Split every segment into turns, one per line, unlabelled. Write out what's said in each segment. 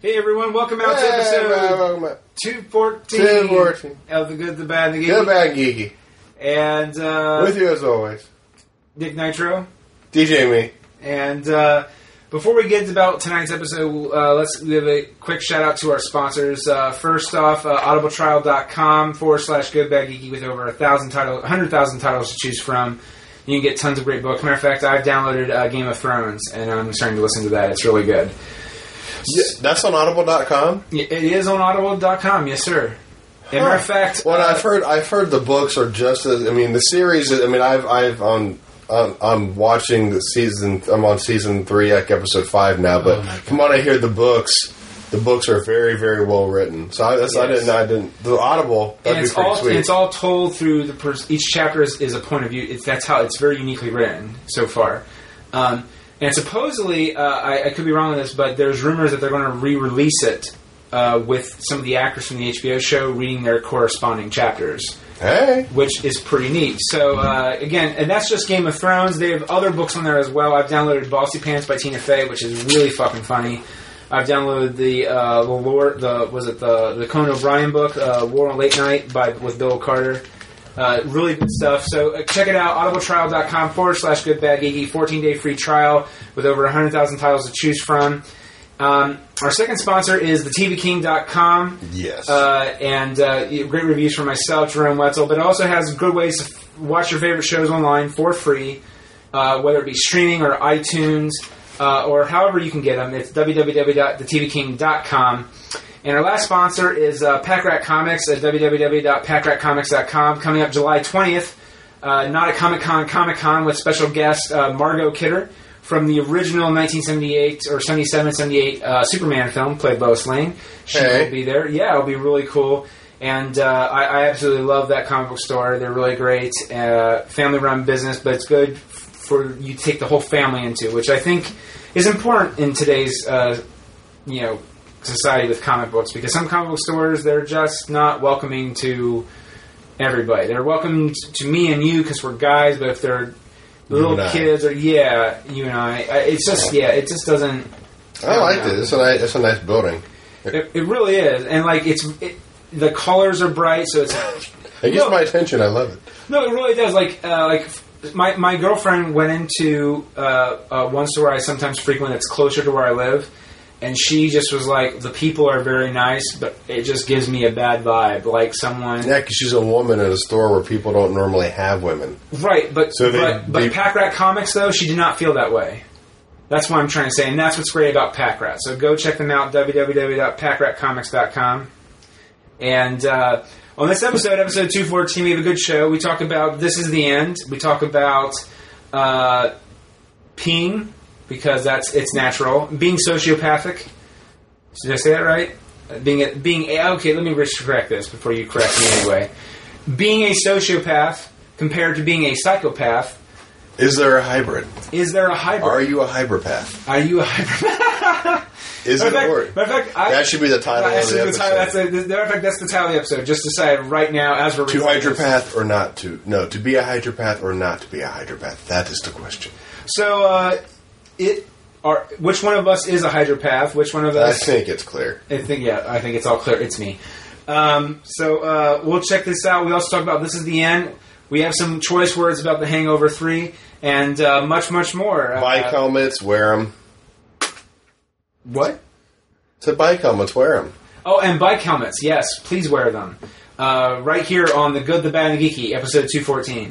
Hey everyone, welcome out to
Hey,
episode
welcome back.
two fourteen
214.
of the Good, the Bad, and the
Good,
Game.
bad, geeky.
And uh,
With you as always,
Nick Nitro.
DJ me.
And uh, before we get about tonight's episode, uh, let's give a quick shout out to our sponsors. Uh, first off, uh, audibletrial.com forward slash good bad geeky with over a thousand titles, hundred thousand titles to choose from. You can get tons of great books. Matter of fact, I've downloaded uh, Game of Thrones and I'm starting to listen to that. It's really good.
That's on Audible.com.
Y- It is on audible.com, yes, sir. And matter of fact,
Well,
uh,
I've heard. I've heard the books are just as. I mean, the series. is- I mean, I've. I've on. I'm, I'm watching the season. I'm on season three, like episode five now. But from what I hear, the books. The books are very, very well written. So I, that's, I
Yes.
didn't. I didn't. The Audible. That'd
and
be
it's
pretty
all
sweet.
and it's all told through the pers- each chapter is, is a point of view. It's that's how it's very uniquely written so far. Um, and supposedly, uh, I, I could be wrong on this, but there's rumors that they're going to re-release it uh, with some of the actors from the HBO show reading their corresponding chapters,
hey.
which is pretty neat. So uh, again, and that's just Game of Thrones. They have other books on there as well. I've downloaded Bossy Pants by Tina Fey, which is really fucking funny. I've downloaded the uh, the Lord the was it the the Conan O'Brien book uh, War on Late Night by with Bill Carter. Uh, really good stuff. So uh, check it out, audibletrial.com forward slash good bad geeky. 14 day free trial with over 100,000 titles to choose from. Um, our second sponsor is thetvking.com.
Yes.
Uh, and uh, great reviews from myself, Jerome Wetzel, but it also has good ways to f- watch your favorite shows online for free, uh, whether it be streaming or iTunes uh, or however you can get them. It's www.thetvking.com. And our last sponsor is uh, Pack Rat Comics at www.packratcomics.com. Coming up July 20th, uh, not at Comic Con, Comic Con with special guest uh, Margot Kidder from the original 1978 or 77, 78 uh, Superman film, played Lois Lane. She
Hey.
will be there. Yeah, it'll be really cool. And uh, I, I absolutely love that comic book store. They're really great, uh, family-run business, but it's good f- for you to take the whole family into, which I think is important in today's uh, you know society with comic books because some comic book stores they're just not welcoming to everybody. They're welcome t- to me and you because we're guys, but if they're little
and I.
kids or yeah, you and I, I- it's just yeah, it just doesn't.
I like
yeah.
this. It's a nice. It's a nice building.
It, it really is, and like it's it, the colors are bright, so it's
It gets
No.
my attention. I love it.
No, it really does. Like, uh, like f- my my girlfriend went into uh, uh, one store I sometimes frequent that's closer to where I live, and she just was like, the people are very nice, but it just gives me a bad vibe. Like someone,
Yeah, 'cause she's a woman at a store where people don't normally have women.
right? But
So they-
but,
they-
but Pack Rat Comics though, she did not feel that way. That's what I'm trying to say, and that's what's great about Pack Rat. So go check them out www.packratcomics.com. And uh, on this episode, episode 214, we have a good show. We talk about This Is the End. We talk about uh, peeing, because that's it's natural. Being sociopathic. Did I say that right? Uh, Being a, being a, okay, let me just correct this before you correct me anyway. Being a sociopath compared to being a psychopath,
Is there a hybrid?
is there a hybrid?
Are you a hyperpath?
Are you a hybrid?
Is it
matter
or
of fact, matter of fact I,
that should be the title
that's
of the
the
episode?
title. That's the, the- matter of fact, that's the title of the episode. Just decide right now as we're
to
recording this.
hydropath or not to? No, to be a hydropath or not to be a hydropath. That is the question.
So, uh, it are which one of us is a hydropath? Which one of
I
us?
think it's clear.
I think yeah. I think it's all clear. It's me. Um, so uh, we'll check this out. We also talk about this is the end. We have some choice words about the Hangover Three and uh, much much more. Uh,
Bike helmets, wear them.
what?
To bike helmets, wear them.
Oh, and bike helmets. Yes, please wear them. Uh, right here on the Good, the Bad, and the Geeky, episode two fourteen.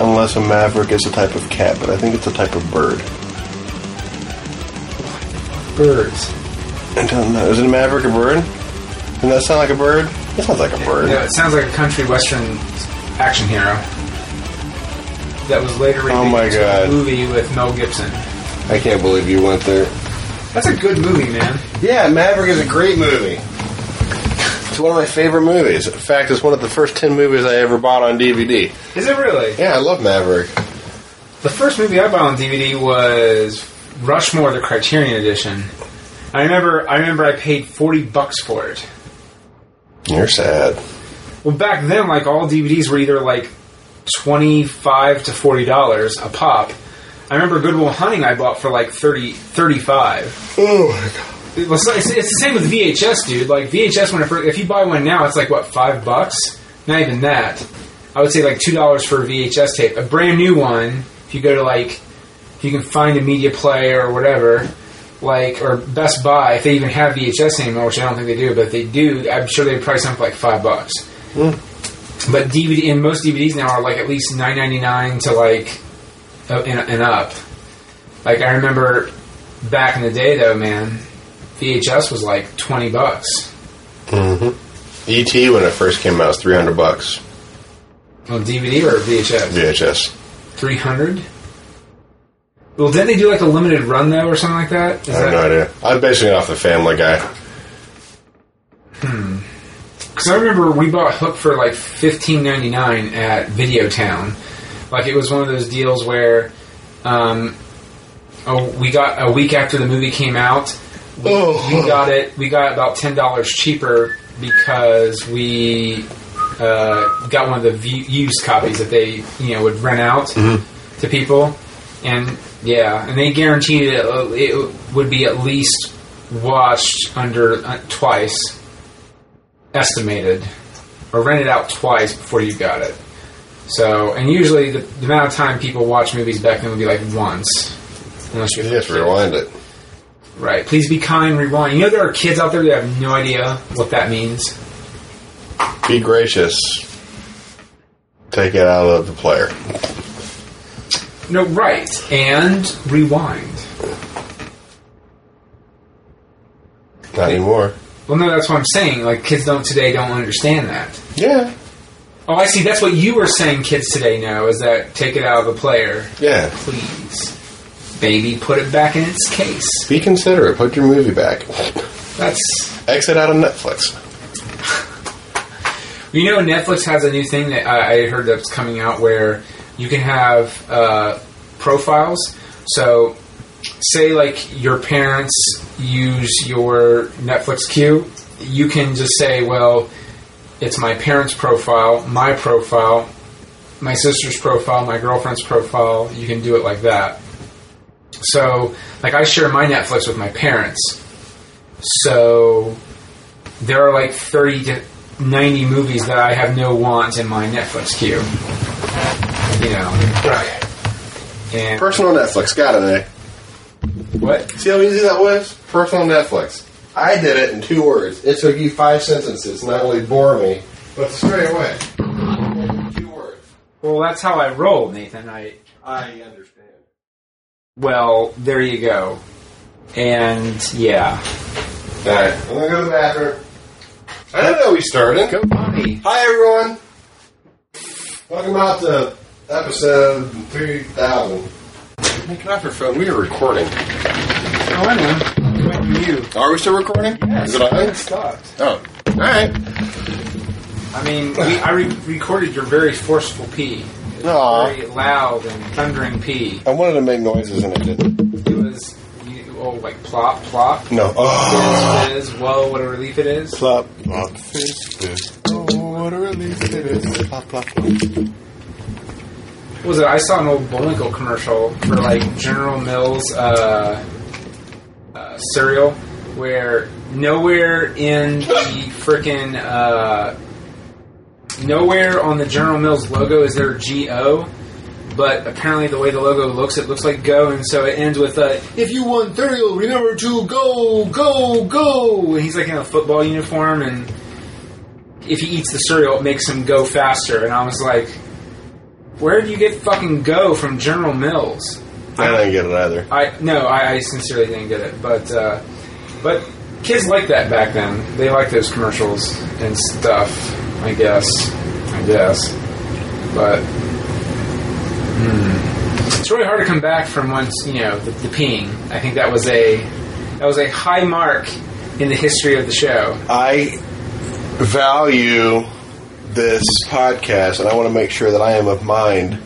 Unless a Maverick is a type of cat, but I think it's a type of bird.
Birds.
I don't know. Is it a Maverick a bird? Doesn't that sound like a bird? It sounds like a bird.
Yeah, it sounds like a country western action hero that was later remade
Oh my
into
God.
a movie with Mel Gibson.
I can't believe you went there.
That's a good movie, man.
Yeah, Maverick is a great movie. It's one of my favorite movies. In fact, it's one of the first 10 movies I ever bought on DVD.
Is it really?
Yeah, I love Maverick.
The first movie I bought on DVD was Rushmore, the Criterion edition. I remember. I remember. I paid forty bucks for it.
You're sad.
Well, back then, like all DVDs were either like twenty-five to forty dollars a pop. I remember Goodwill Hunting I bought for like 30, 35.
Oh my god.
It was- It's, it's the same with VHS, dude. Like VHS, when it, fir- if you buy one now, it's like what five bucks? Not even that. I would say like two dollars for a VHS tape. A brand new one, if you go to like, if you can find a media player or whatever, like or Best Buy, if they even have VHS anymore, which I don't think they do, but if they do, I'm sure they price them for like five bucks. But DVD and most DVDs now are like at least nine ninety nine to like uh, and, and up. Like I remember back in the day, though, man, VHS was like twenty bucks.
E.T. E when it first came out was 300 bucks.
On DVD or VHS,
VHS.
three hundred. Well, didn't they do like a limited run though, or something like that? Is
I have no
that
idea. I'm basing it off the Family Guy.
because I remember we bought Hook for like fifteen ninety nine at Video Town. Like it was one of those deals where, um, oh, we got a week after the movie came out. We,
Oh.
we got it. We got it about ten dollars cheaper because we uh, got one of the v- used copies that they you know would rent out to people, and yeah, and they guaranteed it, uh, it would be at least watched under uh, twice, estimated, or rented out twice before you got it. So, and usually the, the amount of time people watch movies back then would be like once, unless you're
You just rewind it.
Right. Please be kind, rewind. You know there are kids out there that have no idea what that means.
Be gracious. Take it out of the player.
No, right. And rewind.
Not anymore.
Well, no, that's what I'm saying. Like kids don't today don't understand that.
Yeah.
Oh, I see. That's what you were saying. Kids today know is that take it out of the player,
Yeah.
please, baby. Put it back in its case.
Be considerate. Put your movie back.
That's
Exit out of Netflix.
you know Netflix has a new thing that I, I heard that's coming out where you can have uh, profiles. So say like your parents use your Netflix queue, you can just say, well, it's my parents' profile, my profile, my sister's profile, my girlfriend's profile. You can do it like that. So, like, I share my Netflix with my parents. So, there are like 30 to 90 movies that I have no want in my Netflix queue. You know.
Okay.
And
Personal Netflix. Got it, eh?
what?
See how easy that was? Personal Netflix. I did it in two words. It took you five sentences, not only bore me, but straight away. Two words.
Well, that's how I roll, Nathan. I
I understand.
well, there you go. And yeah,
Alright, I'm gonna go to the bathroom. I didn't know we started.
go Bonnie.
Hi, everyone. Welcome out to episode 3000. Make it off your phone. We are recording.
Oh, I know. What about you?
Are we still recording? Is it on?
stopped.
Oh. Alright.
I mean, we, I re- recorded your very forceful pee. It was
Aw.
Very loud and thundering pee.
I wanted to make noises and it didn't.
It was you, oh like plop plop.
No. Oh.
Fizz, fizz, whoa, what a relief it is.
Plop, plop, fizz, fizz. Oh, what a relief it is. Plop, plop, plop.
What was it? I saw an old Bullwinkle commercial for like General Mills uh, uh, cereal, where nowhere in the frickin' uh, nowhere on the General Mills logo is there GO, but apparently the way the logo looks, it looks like Go, and so it ends with uh, "If you won thirty, remember to go, go, go." And he's like in a football uniform, and if he eats the cereal, it makes him go faster. And I was like, "Where do you get fucking Go from General Mills?"
I didn't get it either.
I no, I, I sincerely didn't get it, but uh, but kids liked that back then. They liked those commercials and stuff. I guess, I guess, but hmm. it's really hard to come back from once you know the, the peeing. I think that was a that was a high mark in the history of the show.
I value this podcast, and I want to make sure that I am of mind.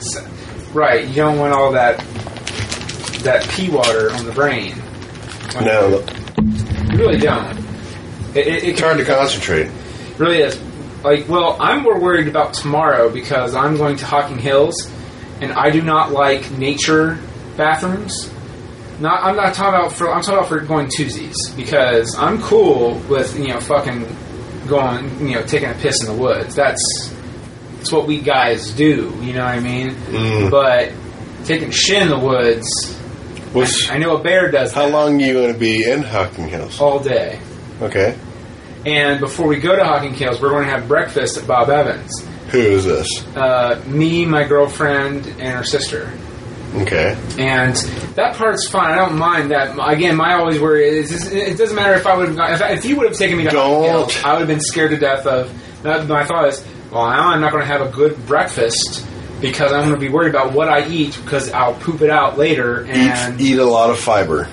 So- right, you don't want all that that pee water on the brain.
No,
you really don't. It, it, it
it's
can
hard to concentrate.
Really is. Like, well, I'm more worried about tomorrow because I'm going to Hocking Hills, and I do not like nature bathrooms. Not, I'm not talking about for. I'm talking about for going twosies because I'm cool with you know fucking going you know taking a piss in the woods. That's that's what we guys do. You know what I mean?
Mm.
But taking shit in the woods,
Which,
I know a bear does
how
that
long are you going to be in Hocking Hills?
all day.
Okay,
And before we go to Hocking Hills, we're going to have breakfast at Bob Evans.
who is this?
uh, me, my girlfriend, and her sister.
Okay,
And that part's fine. I don't mind that. Again, my always worry is is- it doesn't matter if I would have gone. If, if you would have taken me to
Don't.
Hotels, I would have been scared to death of. That, my thought is, well, now I'm not going to have a good breakfast because I'm going to be worried about what I eat because I'll poop it out later. And
eat, eat a lot of fiber.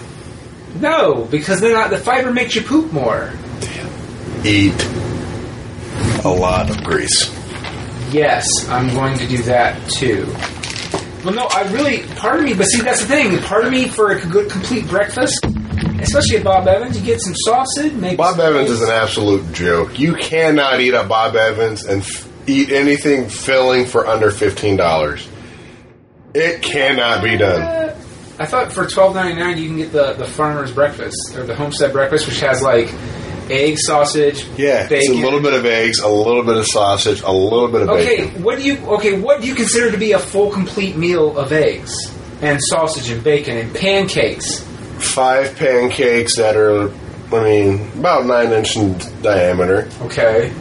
no, because then I, the fiber makes you poop more.
Eat a lot of grease.
Yes, I'm going to do that too. Well, no, I really, part of me, but see, that's the thing. Part of me for a good, complete breakfast, especially at Bob Evans, you get some sausage, maybe.
Bob
some-
Evans is an absolute joke. You cannot eat at Bob Evans and f- eat anything filling for under fifteen dollars. It cannot be done.
Uh, I thought for twelve ninety nine you can get the, the farmer's breakfast or the homestead breakfast, which has like egg, sausage,
Yeah, it's
bacon.
a little bit of eggs, a little bit of sausage, a little bit of
Okay,
bacon.
what do you okay? What do you consider to be a full, complete meal of eggs and sausage and bacon and pancakes?
Five pancakes that are, I mean, about nine inch in diameter,
Okay,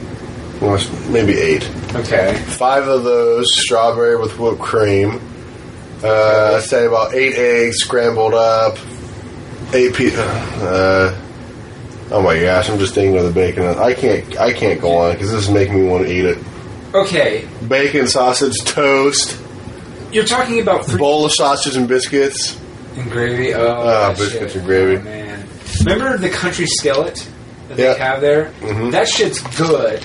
Well, maybe eight.
okay.
Five of those, strawberry with whipped cream. Uh, I'd say about eight eggs scrambled up. Eight pe- uh, Oh my gosh, I'm just thinking of the bacon. I can't, I can't go on because this is making me want to eat it.
Okay,
Bacon, sausage, toast,
you're talking about three
bowl of sausage and biscuits.
And gravy. Oh,
Ah,
that
biscuits
shit.
and gravy.
Oh, man. Remember the country skillet that
Yeah.
they have there?
Mhm.
That shit's good,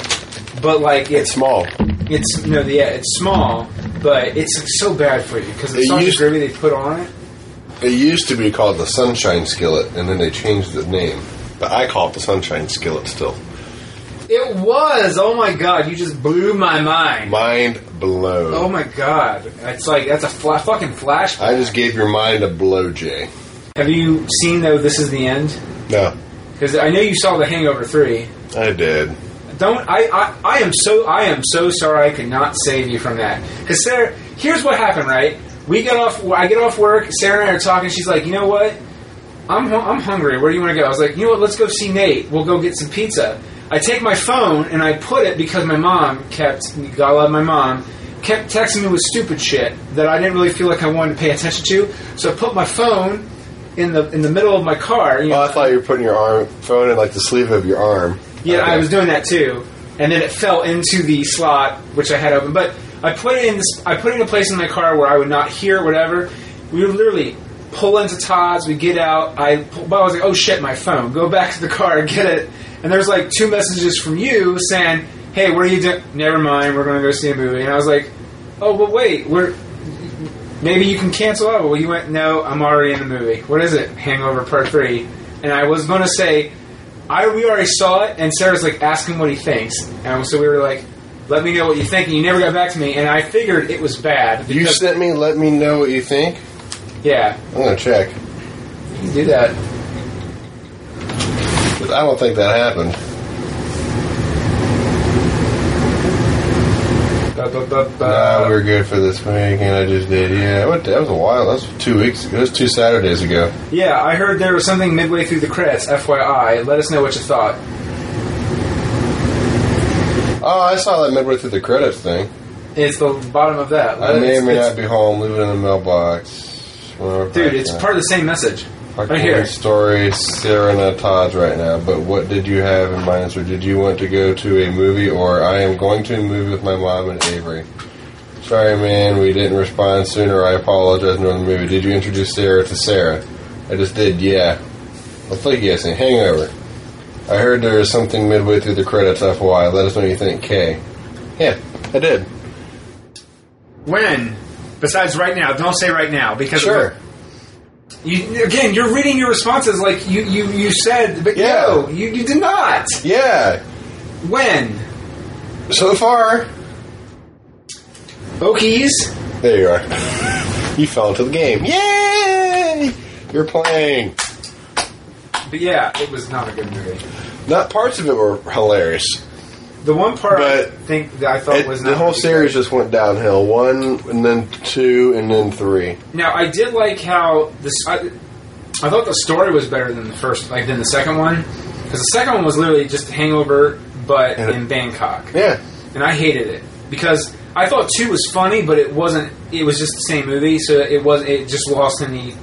but like
It's
it's
small.
it's no, yeah, it's small, but it's so bad for you because the
It
sausage
used-
gravy they put on it.
It used to be called the sunshine skillet, and then they changed the name. But I call it the sunshine skillet still.
It was. Oh my god, you just blew my mind.
Mind blown.
Oh my god, it's like that's a fla- fucking flashback.
I just gave your mind a blow, Jay.
Have you seen though? This is the end
No,
because I know you saw The Hangover Three.
I did.
Don't I, I? I am so I am so sorry I could not save you from that. Because Sarah, here's what happened. Right, we get off. I get off work. Sarah and I are talking. She's like, you know what? I'm hu- I'm hungry. Where do you want to go? I was like, you know what? Let's go see Nate. We'll go get some pizza. I take my phone and I put it because my mom kept. God love my mom. Kept texting me with stupid shit that I didn't really feel like I wanted to pay attention to. So I put my phone in the in the middle of my car. You know,
Well, Oh, I thought you were putting your arm phone in like the sleeve of your arm.
Yeah,
Okay.
I was doing that too, and then it fell into the slot which I had open. But I put it in. This, I put it in a place in my car where I would not hear whatever. We would literally pull into Todd's. We get out. I, pull, but I was like, oh shit, my phone. Go back to the car, get it. And there's like two messages from you saying, hey, what are you doing? Never mind. We're gonna go see a movie. And I was like, oh, but wait, we're. Maybe you can cancel out. Well, you went, no, I'm already in the movie. What is it? Hangover Part 3. And I was going to say, I we already saw it, and Sarah's like, ask him what he thinks. And so we were like, let me know what you think. And you never got back to me, and I figured it was bad.
You
because-
sent me. Let me know what you think.
yeah,
I'm gonna check.
you can do that.
But I don't think that happened.
Uh,
Nah, we
Ba-ba-ba-ba.
were good for this weekend. I just did. Yeah, what, that was a while. That was two weeks ago. That was two Saturdays ago.
Yeah, I heard there was something midway through the credits. FYI, let us know what you thought.
Oh, I saw that midway through the credits thing.
It's the bottom of that.
I may or
It's-
may
it's-
not be home. Leave it in the mailbox. Whatever.
dude, it's part of the same message.
Fucking
Right here.
Story serenades right now, but what did you have in mind? Or did you want to go to a movie? Or I am going to a movie with my mom and Avery. Sorry, man, we didn't respond sooner. I apologize. No, the movie. Did you introduce Sarah to Sarah? I just did. Yeah. Let's look guessing. Hangover. I heard there is something midway through the credits. FY. Let us know what you think. K. Yeah, I did.
When? Besides right now. Don't say right now because
Sure.
You, again, you're reading your responses like you, you, you said, but
Yeah.
no, you, you did not.
Yeah.
When?
So far,
Okies?
There you are. you fell into the game. Yay! You're playing.
But yeah, it was not a good movie.
Not parts of it were hilarious,
The one part I
But
think that I thought
It-
was not
the whole
really
series just went downhill. One, and then two, and then three.
good. Now I did like how this. I, I thought the story was better than the first, like than the second one, because the second one was literally just Hangover, but
And-
in Bangkok,
Yeah,
and I hated it because I thought two was funny, but it wasn't. It was just the same movie, so it was. It just lost any.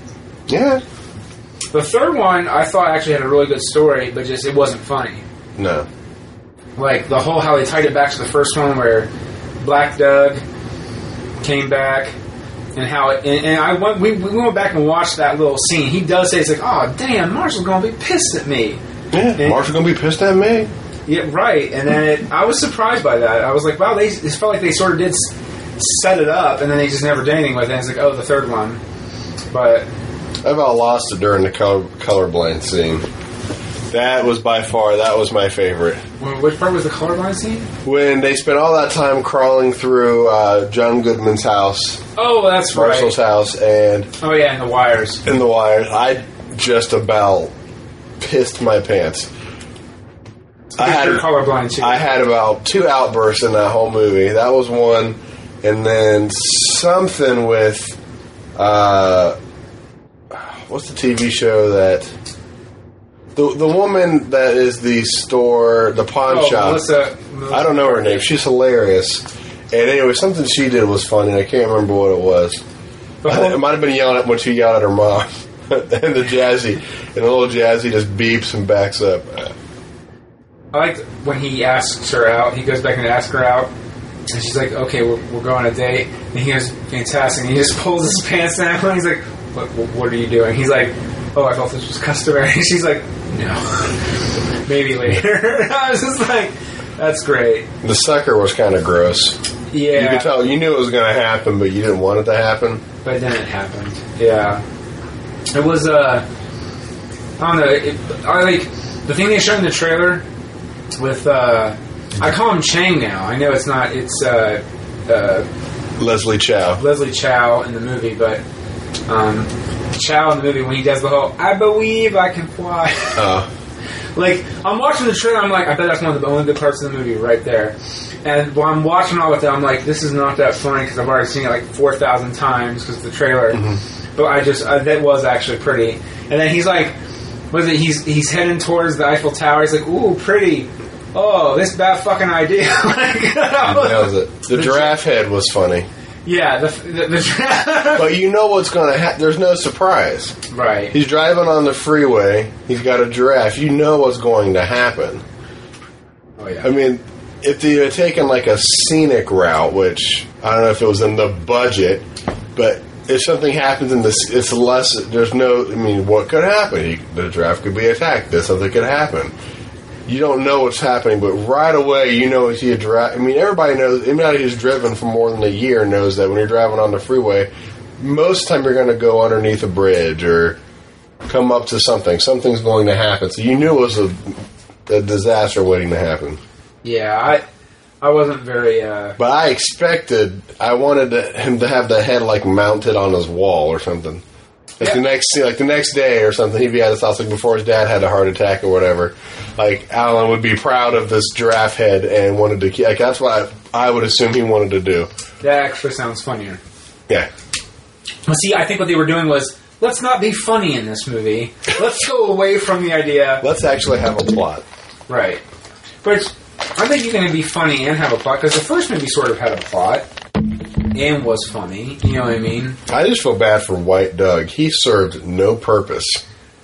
yeah.
The third one I thought actually had a really good story, but just it wasn't funny.
No,
like the whole how they tied it back to the first one where Black Doug came back and how it, and, and I went we, we went back and watched that little scene. He does say it's like, oh damn, Marshall's gonna be pissed at me.
yeah. Marshall gonna be pissed at me.
Yeah, right. And then it, I was surprised by that. I was like, wow, they it felt like they sort of did s- set it up, and then they just never did anything with it. And it's like, oh, the third one, but
I about lost it during the color colorblind scene. That was by far that was my favorite.
wh- which part was the colorblind scene?
When they spent all that time crawling through uh, John Goodman's house,
Oh, that's right.
Marshall's house, and
Oh yeah, and the wires.
in the wires. I just about pissed my pants. I had
You're colorblind too.
I had about two outbursts in that whole movie. That was one, and then something with uh, what's the TV show that the the woman that is the store the pawn
oh,
shop.
Melissa,
I don't know her name. She's hilarious. And anyway, something she did was funny. I can't remember what it was.
The whole-
It might have been yelling at when she yelled at her mom and the jazzy, and the little jazzy just beeps and backs up.
I like when he asks her out. He goes back and asks her out, and she's like, "Okay, we're, we're going on a date." And he goes, "Fantastic!" And he just pulls his pants down. And he's like, what, what, "What are you doing?" He's like, "Oh, I thought this was customary." And she's like, "No, maybe later." I was just like, "That's great."
The sucker was kind of gross.
Yeah,
You could tell you knew it was going to happen, but you didn't want it to happen.
but then it happened. Yeah, it was. Uh, I don't know. It, I like the thing they showed in the trailer with. Uh, I call him Chang now. I know it's not. It's uh, uh,
Leslie Chow.
Leslie Chow in the movie, but um, Chow in the movie when he does the whole "I believe I can fly."
Uh,
Like I'm watching the trailer, I'm like, I bet that's one of the only good parts of the movie right there. And while I'm watching all of it, I'm like, this is not that funny because I've already seen it like four thousand times because the trailer. But I just I, that was actually pretty. And then he's like, was it? He's he's heading towards the Eiffel Tower. He's like, ooh, pretty. Oh, this bad fucking idea. like, I was-
that was it. The giraffe head was funny,
Yeah, the the, the
but you know what's going to happen. There's no surprise.
right.
He's driving on the freeway. He's got a giraffe. You know what's going to happen.
Oh yeah.
I mean, if they had taken like a scenic route, which I don't know if it was in the budget, but if something happens in this, it's less. There's no. I mean, what could happen? You, the draft could be attacked. This something could happen. You don't know what's happening, but right away you know is he a draft. I mean, everybody knows. Anybody who's driven for more than a year knows that when you're driving on the freeway, most of the time you're going to go underneath a bridge or come up to something. Something's going to happen. So you knew it was a, a disaster waiting to happen.
Yeah, I I wasn't very. uh
But I expected, I wanted to- him to have the head like mounted on his wall or something. Like the next, like the next day or something, he'd be at his house like before his dad had a heart attack or whatever. Like Alan would be proud of this giraffe head and wanted to. ke- Like that's what I, I would assume he wanted to do.
That actually sounds funnier.
Yeah,
Well, see, I think what they were doing was let's not be funny in this movie. Let's go away from the idea.
let's actually have a plot.
Right. But I think you can be funny and have a plot because the first movie sort of had a plot and was funny. You know what I mean?
I just feel bad for White Doug. He served no purpose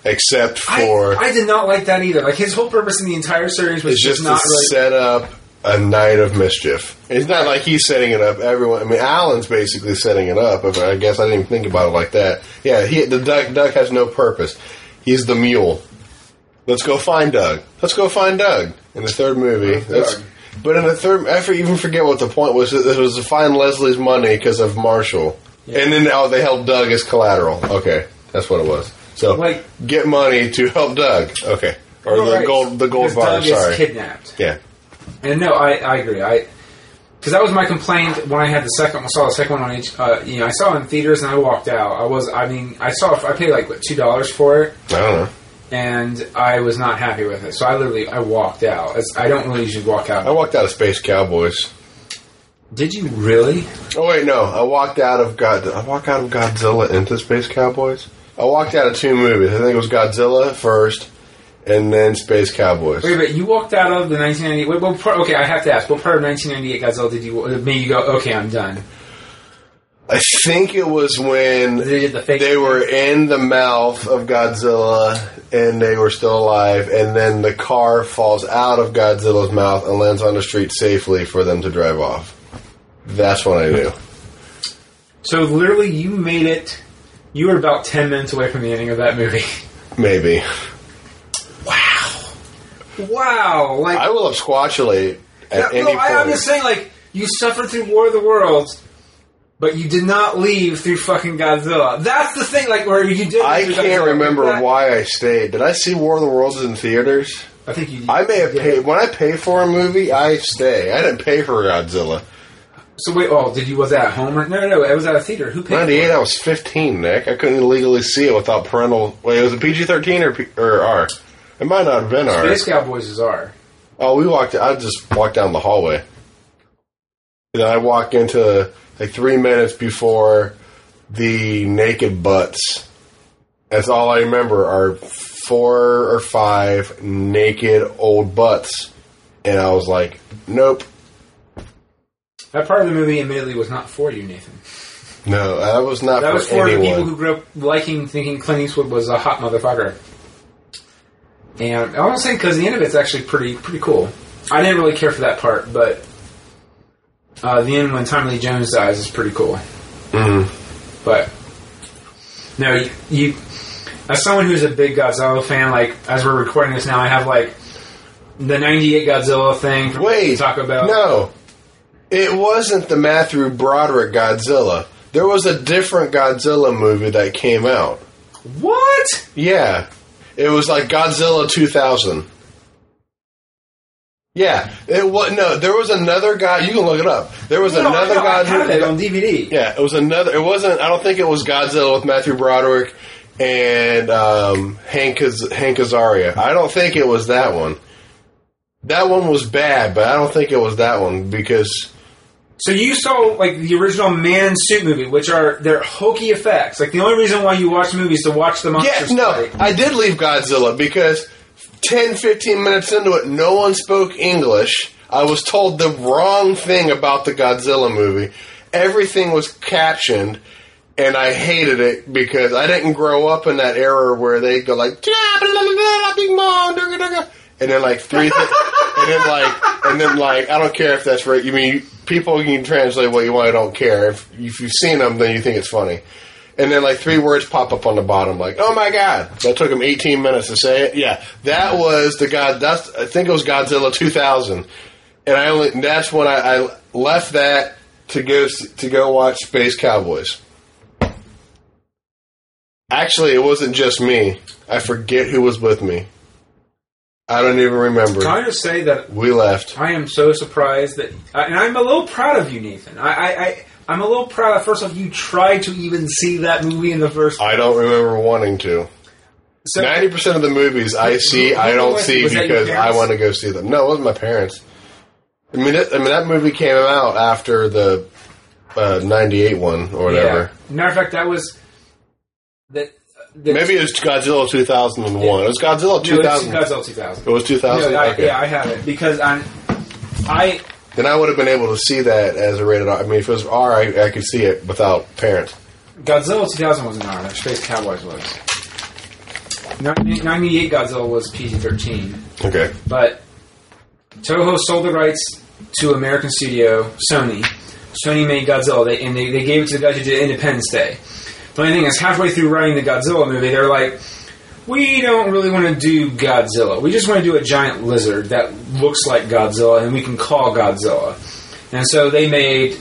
except for
I, I did not like that either. Like his whole purpose in the entire series was
it's
just,
just to
not really.
set up a night of mischief. It's not like he's setting it up. Everyone, I mean, Alan's basically setting it up. If I guess I didn't think about it like that. Yeah, he, the duck, duck has no purpose. He's the mule. Let's go find Doug. Let's go find Doug in the third movie. That's, but in the third, I for- even forget what the point was. It was to find Leslie's money because of Marshall, and then oh, they helped Doug as collateral. Okay, that's what it was. So
Like-
get money to help Doug. Okay, or the
Right.
gold, the gold
Because
bar.
Doug
sorry,
is kidnapped.
yeah.
And no, I, I agree. I because that was my complaint when I had the second one. Saw the second one on each. Uh, you know, I saw it in theaters and I walked out. I was. I mean, I saw. I paid like what, two dollars for it.
I don't know.
and I was not happy with it. So I literally I walked out. It's, I don't really usually walk
I
out.
walked out of Space Cowboys.
Did you really?
Oh wait, no. I walked out of God. I walked out of Godzilla into Space Cowboys. I walked out of two movies. I think it was Godzilla first, and then Space Cowboys.
Wait, but you walked out of the 1998. Wait, what part, okay, I have to ask. What part of 1998 Godzilla did you? uh, Made you go? Okay, I'm done.
I think it was when
They did the fake.
they were in the mouth of Godzilla and they were still alive, and then the car falls out of Godzilla's mouth and lands on the street safely for them to drive off. That's what I knew.
So literally, you made it. You were about 10 minutes away from the ending of that movie.
Maybe.
Wow. Like
I will absquatulate at
no,
any point.
I, I'm just saying, like you suffered through War of the Worlds. But you did not leave through fucking Godzilla. That's the thing, like, where you did.
I
leave through
can't
Godzilla.
remember
That-
why I stayed. Did I see War of the Worlds in theaters?
I think you.
I may have
Yeah.
paid. When I pay for a movie, I stay. I didn't pay for Godzilla.
So wait, oh, did you was that at home? Or, no, no, no, it was at a theater. Who paid?
Ninety
for it?
eight. I was fifteen, Nick. I couldn't legally see it without parental. Wait, it was a PG thirteen or P, or R. It might not have been R.
Space Cowboys is R.
Oh, we walked. I just walked down the hallway. And I walk into like three minutes before the naked butts. That's all I remember are four or five naked old butts, and I was like, "Nope,
That part of the movie admittedly was not for you, Nathan.
no, that was not
That
for
was for
anyone."
people who grew up liking, thinking Clint Eastwood was a hot motherfucker. And I want to say because the end of it's actually pretty pretty cool. I didn't really care for that part, but uh, the end when Tommy Lee Jones dies is pretty cool.
Mm-hmm.
But no, you, you as someone who's a big Godzilla fan, like as we're recording this now, I have like the '98 Godzilla thing. From
Wait,
Taco Bell.
No, it wasn't the Matthew Broderick Godzilla. There was a different Godzilla movie that came out.
what?
Yeah. It was like Godzilla 2000. Yeah. It was no, there was another guy, you can look it up. There was
No,
another
no, I have it
Godzilla.
on DVD.
Yeah, it was another it wasn't I don't think it was Godzilla with Matthew Broderick and um, Hank Az- Hank Azaria. I don't think it was that one. That one was bad, but I don't think it was that one because
So you saw like the original Man in Suit movie, which are they're hokey effects. Like the only reason why you watch movies is to watch the
Yeah,
monsters
no,
fight.
I did leave Godzilla because 10, 15 minutes into it, no one spoke English. I was told the wrong thing about the Godzilla movie. Everything was captioned, and I hated it because I didn't grow up in that era where they go like, "Ja, blah, blah, blah, big mom, durga, durga," and then like three, thi- and then like, and then like, I don't care if that's right. You mean people can translate what you want? I don't care. If, if you've seen them, then you think it's funny and then like three words pop up on the bottom, like "Oh my god!" That took him 18 minutes to say it. Yeah, that was the god. That's I think it was Godzilla 2000, and I only that's when I, I left that to go s- to go watch Space Cowboys. Actually, it wasn't just me. I forget who was with me. I don't even
Can
remember.
I just say that
We left.
I am so surprised that, and I'm a little proud of you, Nathan. I, I, I I'm a little proud. First off, you tried to even see that movie in the first.
I don't remember wanting to.
So,
Ninety percent of the movies I see, I don't see
Was that your
because I
parents?
want to go see them. No, it wasn't my parents. I mean, it, I mean that movie came out after the uh, '98 one or whatever.
Yeah. Matter of fact, that was that. that
Maybe it was Godzilla 2001. It was Godzilla
no, it was
2000.
Godzilla 2000.
It was 2000.
No, I,
okay.
Yeah, I have it because I'm. I
Then I would have been able to see that as a rated R. I mean, if it was R, I, I could see it without parents.
Godzilla 2000 was an R. Space Cowboys was. 90- 98 Godzilla was PG 13.
Okay.
but Toho sold the rights to American studio Sony. Sony made Godzilla, they, and they, they gave it to the guys who did Independence Day. The only thing is, halfway through writing the Godzilla movie, they're like, "We don't really want to do Godzilla. We just want to do a giant lizard that looks like Godzilla, and we can call Godzilla." And so they made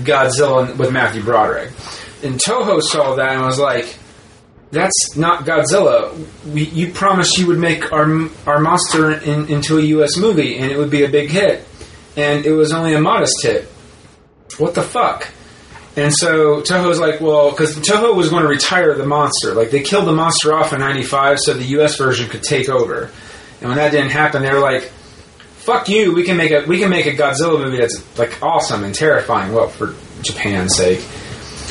Godzilla with Matthew Broderick. And Toho saw that and was like, that's not Godzilla. We, you promised you would make our our monster in, into a U.S. movie, and it would be a big hit, and it was only a modest hit. What the fuck? And so Toho's like, well, because Toho was going to retire the monster. Like they killed the monster off in '95, so the U.S. version could take over. And when that didn't happen, they were like, "Fuck you! We can make a we can make a Godzilla movie that's like awesome and terrifying." Well, for Japan's sake.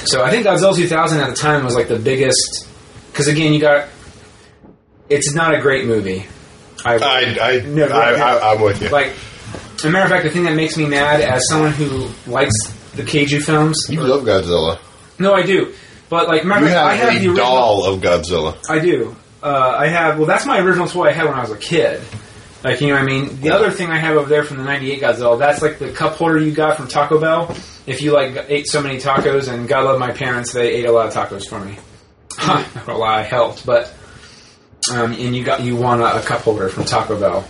So I think Godzilla 2000 at the time was like the biggest because again, you got. It's not a great movie. I,
I, I,
No, no,
I,
no.
I, I'm with you.
like. As a matter of fact, the thing that makes me mad as someone who likes the Keiju films.
you love Godzilla.
No, I do, but like, matter
You
of fact,
have,
I have
a
the original.
doll of Godzilla.
I do. Uh, I have. Well, that's my original toy I had when I was a kid. Like you know, what I mean, the other thing I have over there from the '98 Godzilla, that's like the cup holder you got from Taco Bell. If you like ate so many tacos, and God love my parents, they ate a lot of tacos for me. Not gonna lie, I helped, but um, and you got you won a, a cup holder from Taco Bell.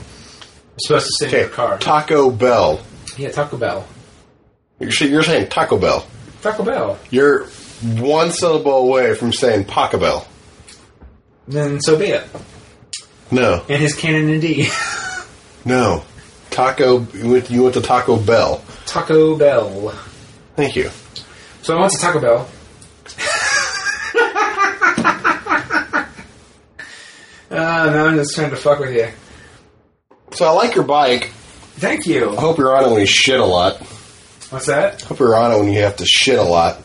You're supposed to sit in your car.
Taco Bell.
yeah, Taco Bell.
You're, sh- you're saying Taco Bell.
Taco Bell.
You're one syllable away from saying Paco Bell.
Then so be it.
No,
And his Canon and D.
no. Taco. You went, you went to Taco Bell.
Taco Bell.
Thank you.
So I went to Taco Bell. uh, no, I'm just trying to fuck with you.
So I like your bike.
Thank you.
I hope you're on it when you shit a lot.
What's that?
I hope you're on it when you have to shit a lot.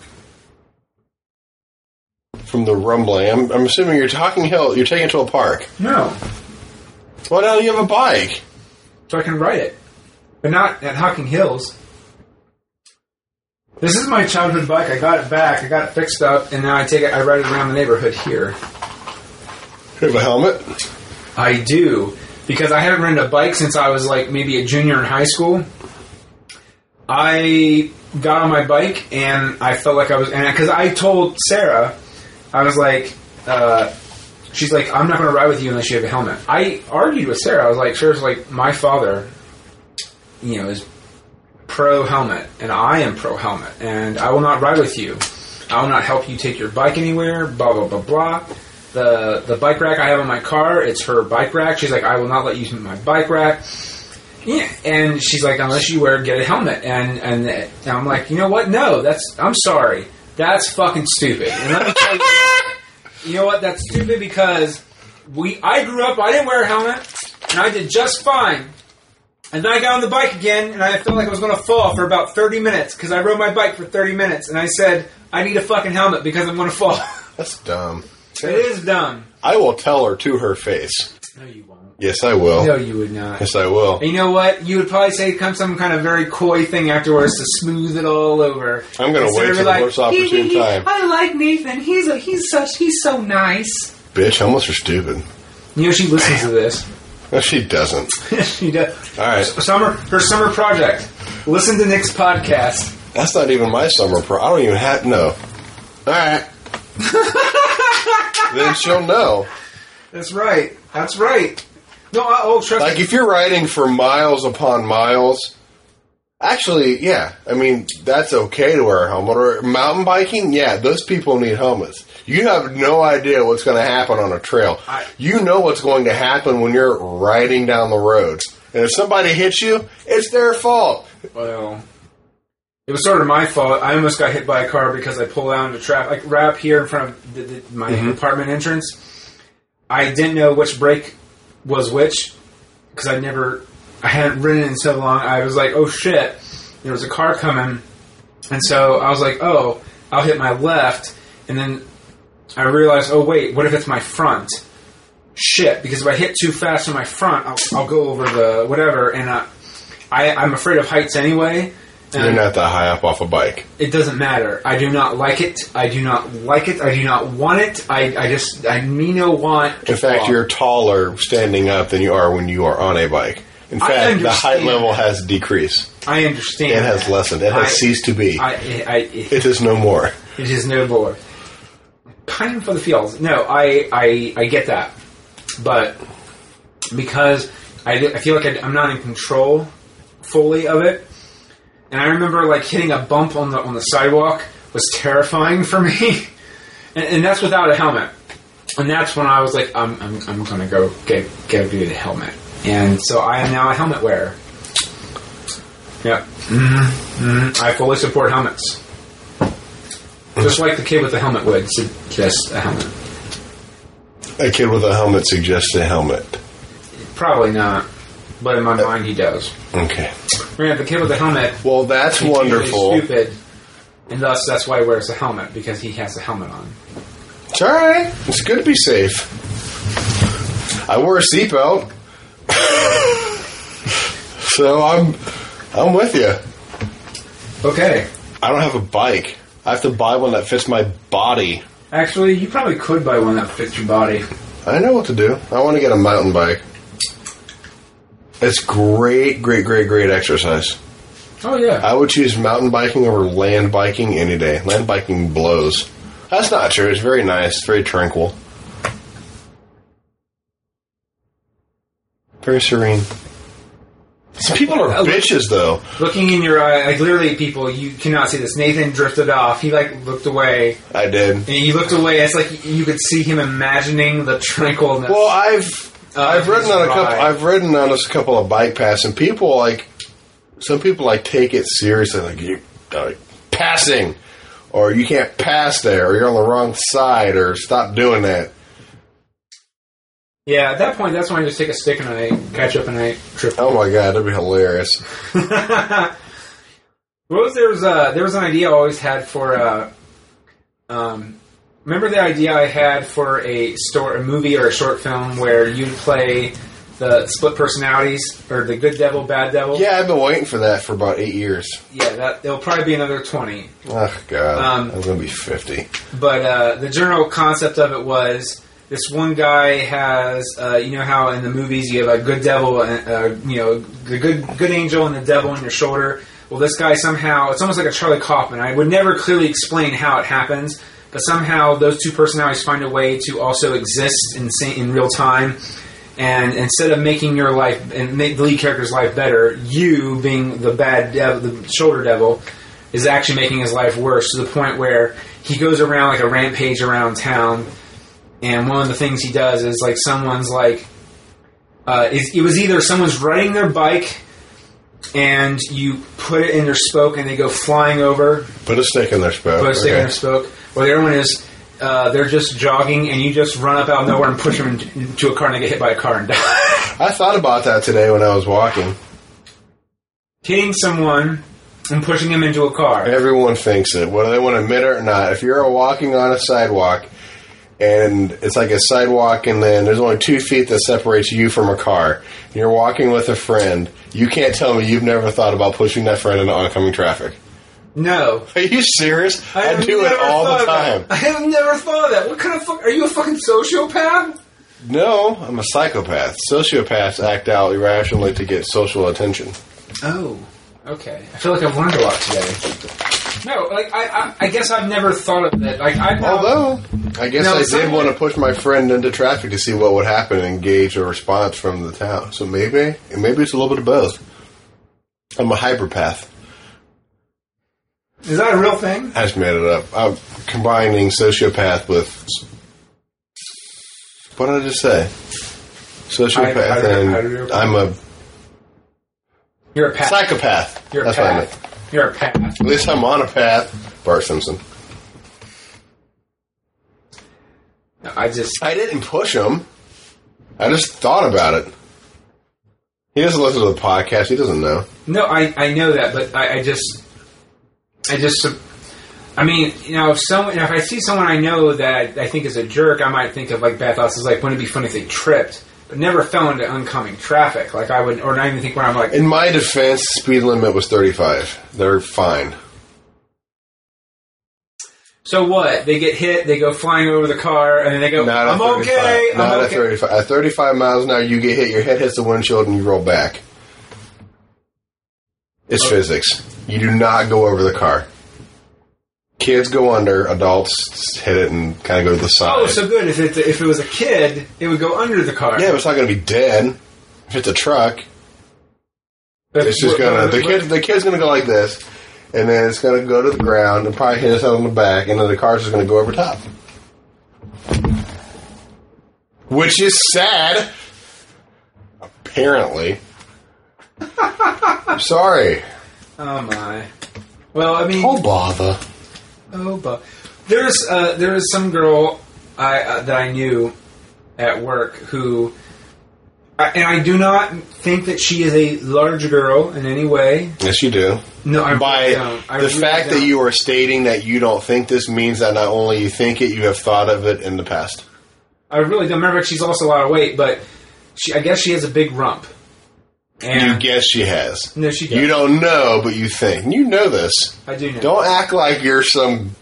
From the rumbling, I'm, I'm assuming you're talking hill. You're taking it to a park.
No.
Well, now you have a bike.
So I can write it. But not at Hocking Hills. This is my childhood bike. I got it back. I got it fixed up, and now I take it. I ride it around the neighborhood here.
You have a helmet.
I do because I haven't ridden a bike since I was like maybe a junior in high school. I got on my bike and I felt like I was, and because I told Sarah, I was like, uh, she's like, I'm not going to ride with you unless you have a helmet. I argued with Sarah. I was like, Sarah's like, my father, you know, is pro helmet, and I am pro helmet, and I will not ride with you. I will not help you take your bike anywhere. Blah blah blah blah. The the bike rack I have on my car, it's her bike rack. She's like, I will not let you use my bike rack. Yeah, and she's like, unless you wear get a helmet, and and, and I'm like, you know what? No, that's I'm sorry, that's fucking stupid. And let me tell you, you know what? That's stupid because we I grew up, I didn't wear a helmet, and I did just fine. And then I got on the bike again, and I felt like I was going to fall for about 30 minutes because I rode my bike for 30 minutes, and I said, I need a fucking helmet because I'm going to fall.
That's dumb.
it is dumb.
I will tell her to her face.
No, you won't.
Yes, I will.
No, you would not.
Yes, I will.
And you know what? You would probably say come some kind of very coy thing afterwards to smooth it all over.
I'm gonna
Instead
wait
of
till the
like,
worst opportune
"Hee, hee, hee,
time."
I like Nathan. He's a, he's such he's so nice.
Bitch, homeless are stupid.
You know she listens to this.
No, she doesn't.
she does.
All right.
Summer her summer project. Listen to Nick's podcast.
That's not even my summer pro. I don't even have no. All right. then she'll know.
That's right. That's right. No, I, oh trust
Like if you're riding for miles upon miles, actually, yeah. I mean, that's okay to wear a helmet. Or mountain biking, yeah. Those people need helmets. You have no idea what's going to happen on a trail.
I-
you know what's going to happen when you're riding down the road. And if somebody hits you, it's their fault.
Well, It was sort of my fault. I almost got hit by a car because I pulled out into traffic, like right up here in front of the, the, my apartment entrance. I didn't know which brake was which because I never, I hadn't ridden in so long. I was like, oh shit, there was a car coming, and so I was like, oh, I'll hit my left, and then I realized, oh wait, what if it's my front? Shit, because if I hit too fast on my front, I'll, I'll go over the whatever, and uh, I, I'm afraid of heights anyway.
You're not that high up off a bike.
It doesn't matter. I do not like it. I do not like it. I do not want it. I, I just, I me no want. to
In fact,
fall.
you're taller standing up than you are when you are on a bike. In
I
fact, the height
understand.
level has decreased.
I understand.
It has
that.
lessened. It has
I-
ceased to be.
I, I, I,
it is no more.
It is no more. Pining for the fields. No, I, I, I get that, but because I, do- I feel like I, I'm not in control fully of it, and I remember like hitting a bump on the on the sidewalk was terrifying for me, and, and that's without a helmet, and that's when I was like, I'm, I'm, I'm gonna go get go do the helmet, and so I am now a helmet wearer. Yep. hmm I fully support helmets. Just like the kid with the helmet would suggest a helmet.
A kid with a helmet suggests a helmet.
Probably not, but in my mind he does.
Okay.
Right, the kid with the helmet
Well, that's
is usually
wonderful.
stupid, and thus that's why he wears a helmet because he has a helmet on.
It's all right. It's good to be safe. I wore a seatbelt, so I'm I'm with you.
Okay,
I don't have a bike. I have to buy one that fits my body.
actually, you probably could buy one that fits your body.
I know what to do. I want to get a mountain bike. It's great, great, great, great exercise.
Oh yeah,
I would choose mountain biking over land biking any day. Land biking blows. That's not true. It's very nice, very tranquil, very serene. Some people are bitches, though.
looking in your eye, like literally, people, you cannot see this. Nathan drifted off. He like looked away,
I did.
and he looked away. It's like you could see him imagining the tranquilness.
Well, I've I've ridden on a couple. I've ridden on a couple of bike paths, and people like some people like take it seriously, like you like, passing, or you can't pass there, or you're on the wrong side, or stop doing that.
yeah, at that point, that's when I just take a stick and I catch up and I trip.
Oh my god, that'd be hilarious.
What was there was uh, there was an idea I always had for uh, um, remember the idea I had for a store a movie or a short film where you'd play the split personalities or the good devil bad devil
Yeah, I've been waiting for that for about eight years.
yeah that there'll probably be another twenty
Oh god,
Um,
I'm gonna be fifty.
but uh, the general concept of it was this one guy has uh, you know how in the movies you have a good devil and uh, you know the good good angel and the devil on your shoulder well this guy somehow it's almost like a charlie kaufman i would never clearly explain how it happens but somehow those two personalities find a way to also exist in, sa- in real time and instead of making your life and make the lead character's life better, you being the bad devil, the shoulder devil, is actually making his life worse to the point where he goes around like a rampage around town. And one of the things he does is like someone's like, uh, it, it was either someone's riding their bike and you put it in their spoke and they go flying over
Put a stick in their spout.
but okay.
Okay.
they spoke. Well, the other one is uh, they're just jogging, and you just run up out of nowhere and push them in- into a car, and they get hit by a car and die.
I thought about that today when I was walking.
Hitting someone and pushing them into a car.
Everyone thinks it, whether they want to admit it or not. If you're walking on a sidewalk and it's like a sidewalk, and then there's only two feet that separates you from a car, and you're walking with a friend, you can't tell me you've never thought about pushing that friend into oncoming traffic.
No,
Are you serious? I,
have
do it
never
all
thought
the
of that.
time.
I have never thought of that. What kind of fuck? Are you a fucking sociopath?
No, I'm a psychopath. Sociopaths act out irrationally to get social attention.
Oh, okay. I feel like I've learned a lot today. No, like I, I, I guess I've never thought of that. Like I,
Although, I guess
No,
I did
some-
want to push my friend into traffic to see what would happen and gauge a response from the town. So maybe, maybe it's a little bit of both. I'm a hyperpath.
is that a real thing?
I just made it up. I'm combining sociopath with. What did I just say? Sociopath
Hy- hy-
and
hyper-
I'm a
You're a path.
psychopath.
You're a
That's what I meant.
path. You're a path.
At least I'm on a path. Bart Simpson.
I just.
I didn't push him. I just thought about it. He doesn't listen to the podcast. He doesn't know.
No, I, I know that, but I, I just, I just, I mean, you know, if someone, if I see someone I know that I think is a jerk, I might think of like bad thoughts. Is like, wouldn't it be funny if they tripped? But never fell into oncoming traffic. Like I would, or not even think when I'm like,
In my defense, speed limit was 35. They're fine.
so what? They get hit, they go flying over the car, and then they go,
Not
I'm
at 35.
okay, I'm
Not at
okay.
35. At 35 miles an hour, you get hit. Your head hits the windshield and you roll back. It's physics. You do not go over the car. Kids go under. Adults hit it and kind of go to the side.
Oh, so good. If it if it was a kid, it would go under the car.
yeah, but it's not going to be dead. If it's a truck,
But-
It's just
but-
gonna the
but-
kid the kid's gonna go like this, and then it's gonna go to the ground and probably hit us on the back, and then the car's just gonna go over top. Which is sad. Apparently. I'm sorry.
Oh my. Well, I mean,
Oh bother.
Oh, but there's uh, there is some girl I, uh, that I knew at work who, I, and I do not think that she is a large girl in any way.
Yes, you do.
No, I
By
really don't. I
the
really
fact that
don't.
you are stating that you don't think this means that not only you think it, you have thought of it in the past.
I really don't remember. She's lost a lot of weight, but she, I guess she has a big rump. And
You guess she has.
no, she does.
You don't know, but you think. You know this.
I do know.
Don't act like you're some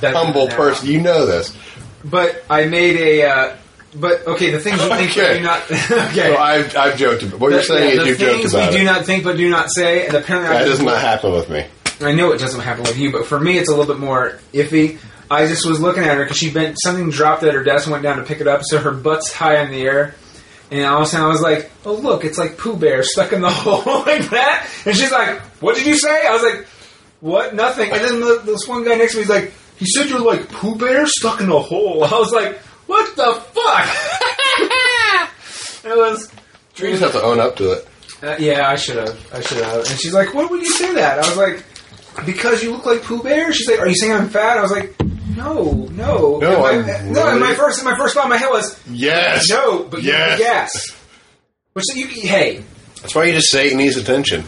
That's
humble
now.
person. You know this.
But I made a. Uh, but okay, the things you think but
Okay.
do not. okay.
So I've, I've joked about What you're saying
the
is you've joked
things we
about
do
it.
not think but do not say, and apparently I
That
just
does not happen with me.
I know it doesn't happen with you, but for me, it's a little bit more iffy. I just was looking at her because she bent something dropped at her desk and went down to pick it up, so her butt's high in the air. And all of a sudden, I was like, "Oh look, it's like Pooh Bear stuck in the hole like that." And she's like, "What did you say?" I was like, "What? Nothing." And then the, this one guy next to me is like, "He said you're like Pooh Bear stuck in a hole." I was like, "What the fuck?" it was
You just have to own up to it.
uh, yeah, I should have. I should have. And she's like, "Why would you say that?" I was like, "Because you look like Pooh Bear." She's like, "Are you saying I'm fat?" I was like, "No, no,
No,
And my,
I'm
uh, no." And my
really-
first, my first thought in my head was,
Yes.
"No, but yes,
Yes.
yes." Which so you, hey,
That's why you just say it needs attention.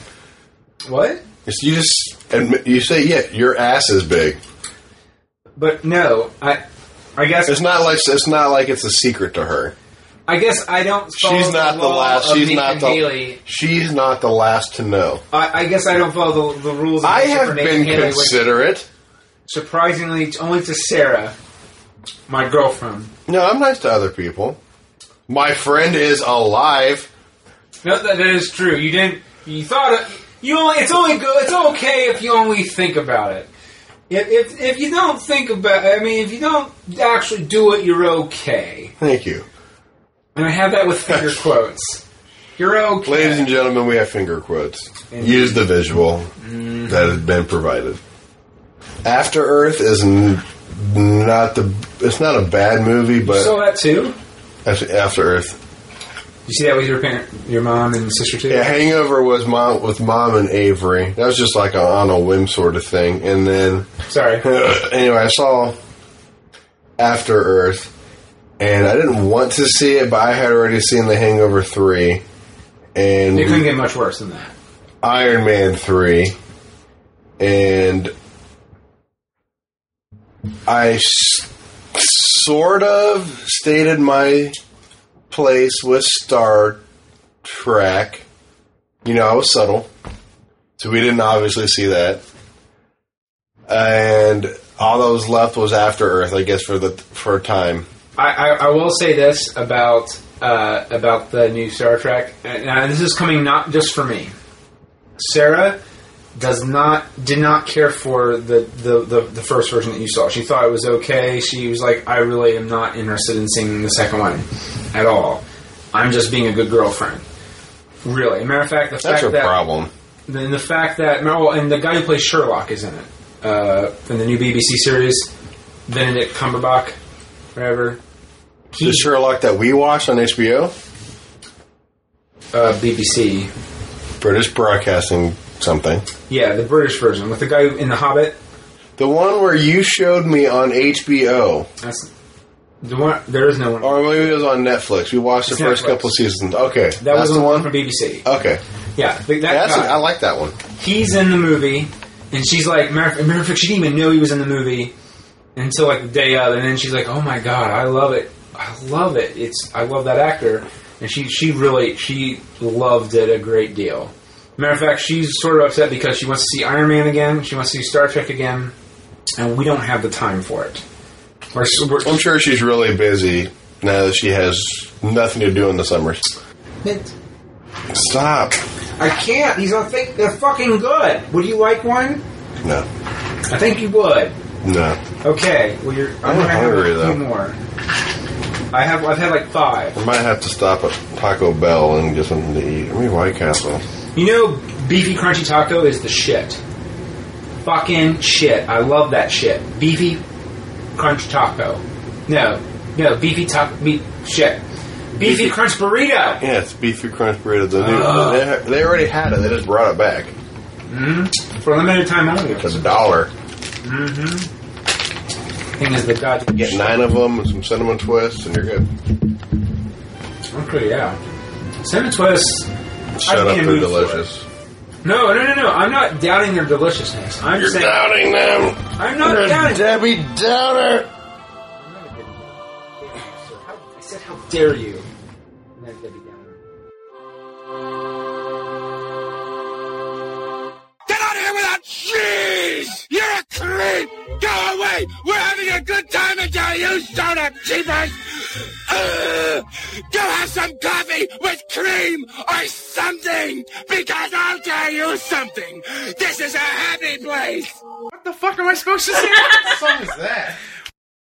what?
It's- you just admit, you say, yeah, your ass is big.
But no, I, I guess,
It's not like it's not like it's a secret to her.
I guess I don't. Follow
She's not
the,
the,
law
last.
Of
She's
Nathan
not the.
Haley.
She's not the last to know.
I, I guess I don't follow the, the rules. Of
I
nature for
have
Nathan
been
Haley, which
considerate.
surprisingly only to Sarah, my girlfriend.
No, I'm nice to other people. My friend is alive.
No, that, that is true. You didn't. You thought it- you only. It's only good. It's okay if you only think about it. If, if if you don't think about, I mean, if you don't actually do it, you're okay.
Thank you.
And I have that with finger quotes. You're okay.
Ladies and gentlemen, we have finger quotes. Use the visual that has been provided. After Earth is n- not the. It's not a bad movie,
you saw
but
that too.
After, After Earth.
You see that with your parent, your mom and sister too.
Yeah, Hangover was mom with mom and Avery. That was just like a, on a whim sort of thing, and then
Sorry.
anyway, I saw After Earth, and I didn't want to see it, but I had already seen The Hangover three, and
It couldn't get much worse than that.
Iron Man 3 and I s- sort of stated my place with Star Trek. You know, I was subtle. So we didn't obviously see that. And all that was left was After Earth, I guess for the for a time.
I, I, I will say this about uh, about the new Star Trek, and uh, this is coming not just for me. Sarah does not did not care for the, the, the, the first version that you saw. She thought it was okay. She was like, I really am not interested in seeing the second one at all. I'm just being a good girlfriend. Really, matter of fact, the
That's
fact
your
that
problem.
then the fact that oh, and the guy who plays Sherlock is in it uh, in the new BBC series, Benedict Cumberbatch, whatever. He,
The Sherlock that we watched on HBO,
uh, BBC.
British Broadcasting something.
Yeah, the British version with the guy in the Hobbit.
The one where you showed me on HBO,
That's the one. There is no one.
or maybe it was on Netflix. We watched the
It's
first
Netflix.
couple seasons. Okay,
that was
that's
the one from
one.
BBC.
Okay,
Yeah, the, that
that's
guy.
I like that one.
he's in the movie, and she's like, matter of matter of fact, she didn't even know he was in the movie until like the day of, and then she's like, "Oh my god, I love it, I love it, it's I love that actor," and she she really she loved it a great deal. Matter of fact, she's sort of upset because she wants to see Iron Man again, she wants to see Star Trek again, and we don't have the time for it. We're, we're,
I'm sure she's really busy now that she has nothing to do in the summers. Stop.
I can't. These are think they're fucking good. Would you like one?
No,
I think you would.
no.
Okay. Well, you're. I'm,
I'm
gonna have
hungry,
a
though.
few more. I have. I've had like five.
I might have to stop at Taco Bell and get something to eat. I mean, White Castle.
You know, beefy crunchy taco is the shit. Fucking shit. I love that shit. Beefy crunch taco. No, no beefy taco. Be- shit. Beefy crunch burrito.
Yeah, it's beefy crunch burrito. The new, they, they already had it. They just brought it back.
For a limited time only.
It's a dollar.
Thing is, the goddamn
Get nine of them and some cinnamon twists, and you're good.
Okay, yeah. Cinnamon twists.
Shut
I'd be
up,
in a
they're
mood for it.
delicious.
No, no, no, no. I'm not doubting their deliciousness. I'm
You're
saying
doubting them.
I'm not
You're a
doubting.
Debbie Downer.
I said, "How dare you?" And then Debbie Downer.
Get out of here without cheese! You're a creep! Go away! We're having a good time until you show up, cheapers! Ugh! Go have some coffee with cream or something! Because I'll tell you something! This is a happy place!
What the fuck am I supposed to say?
What song is that?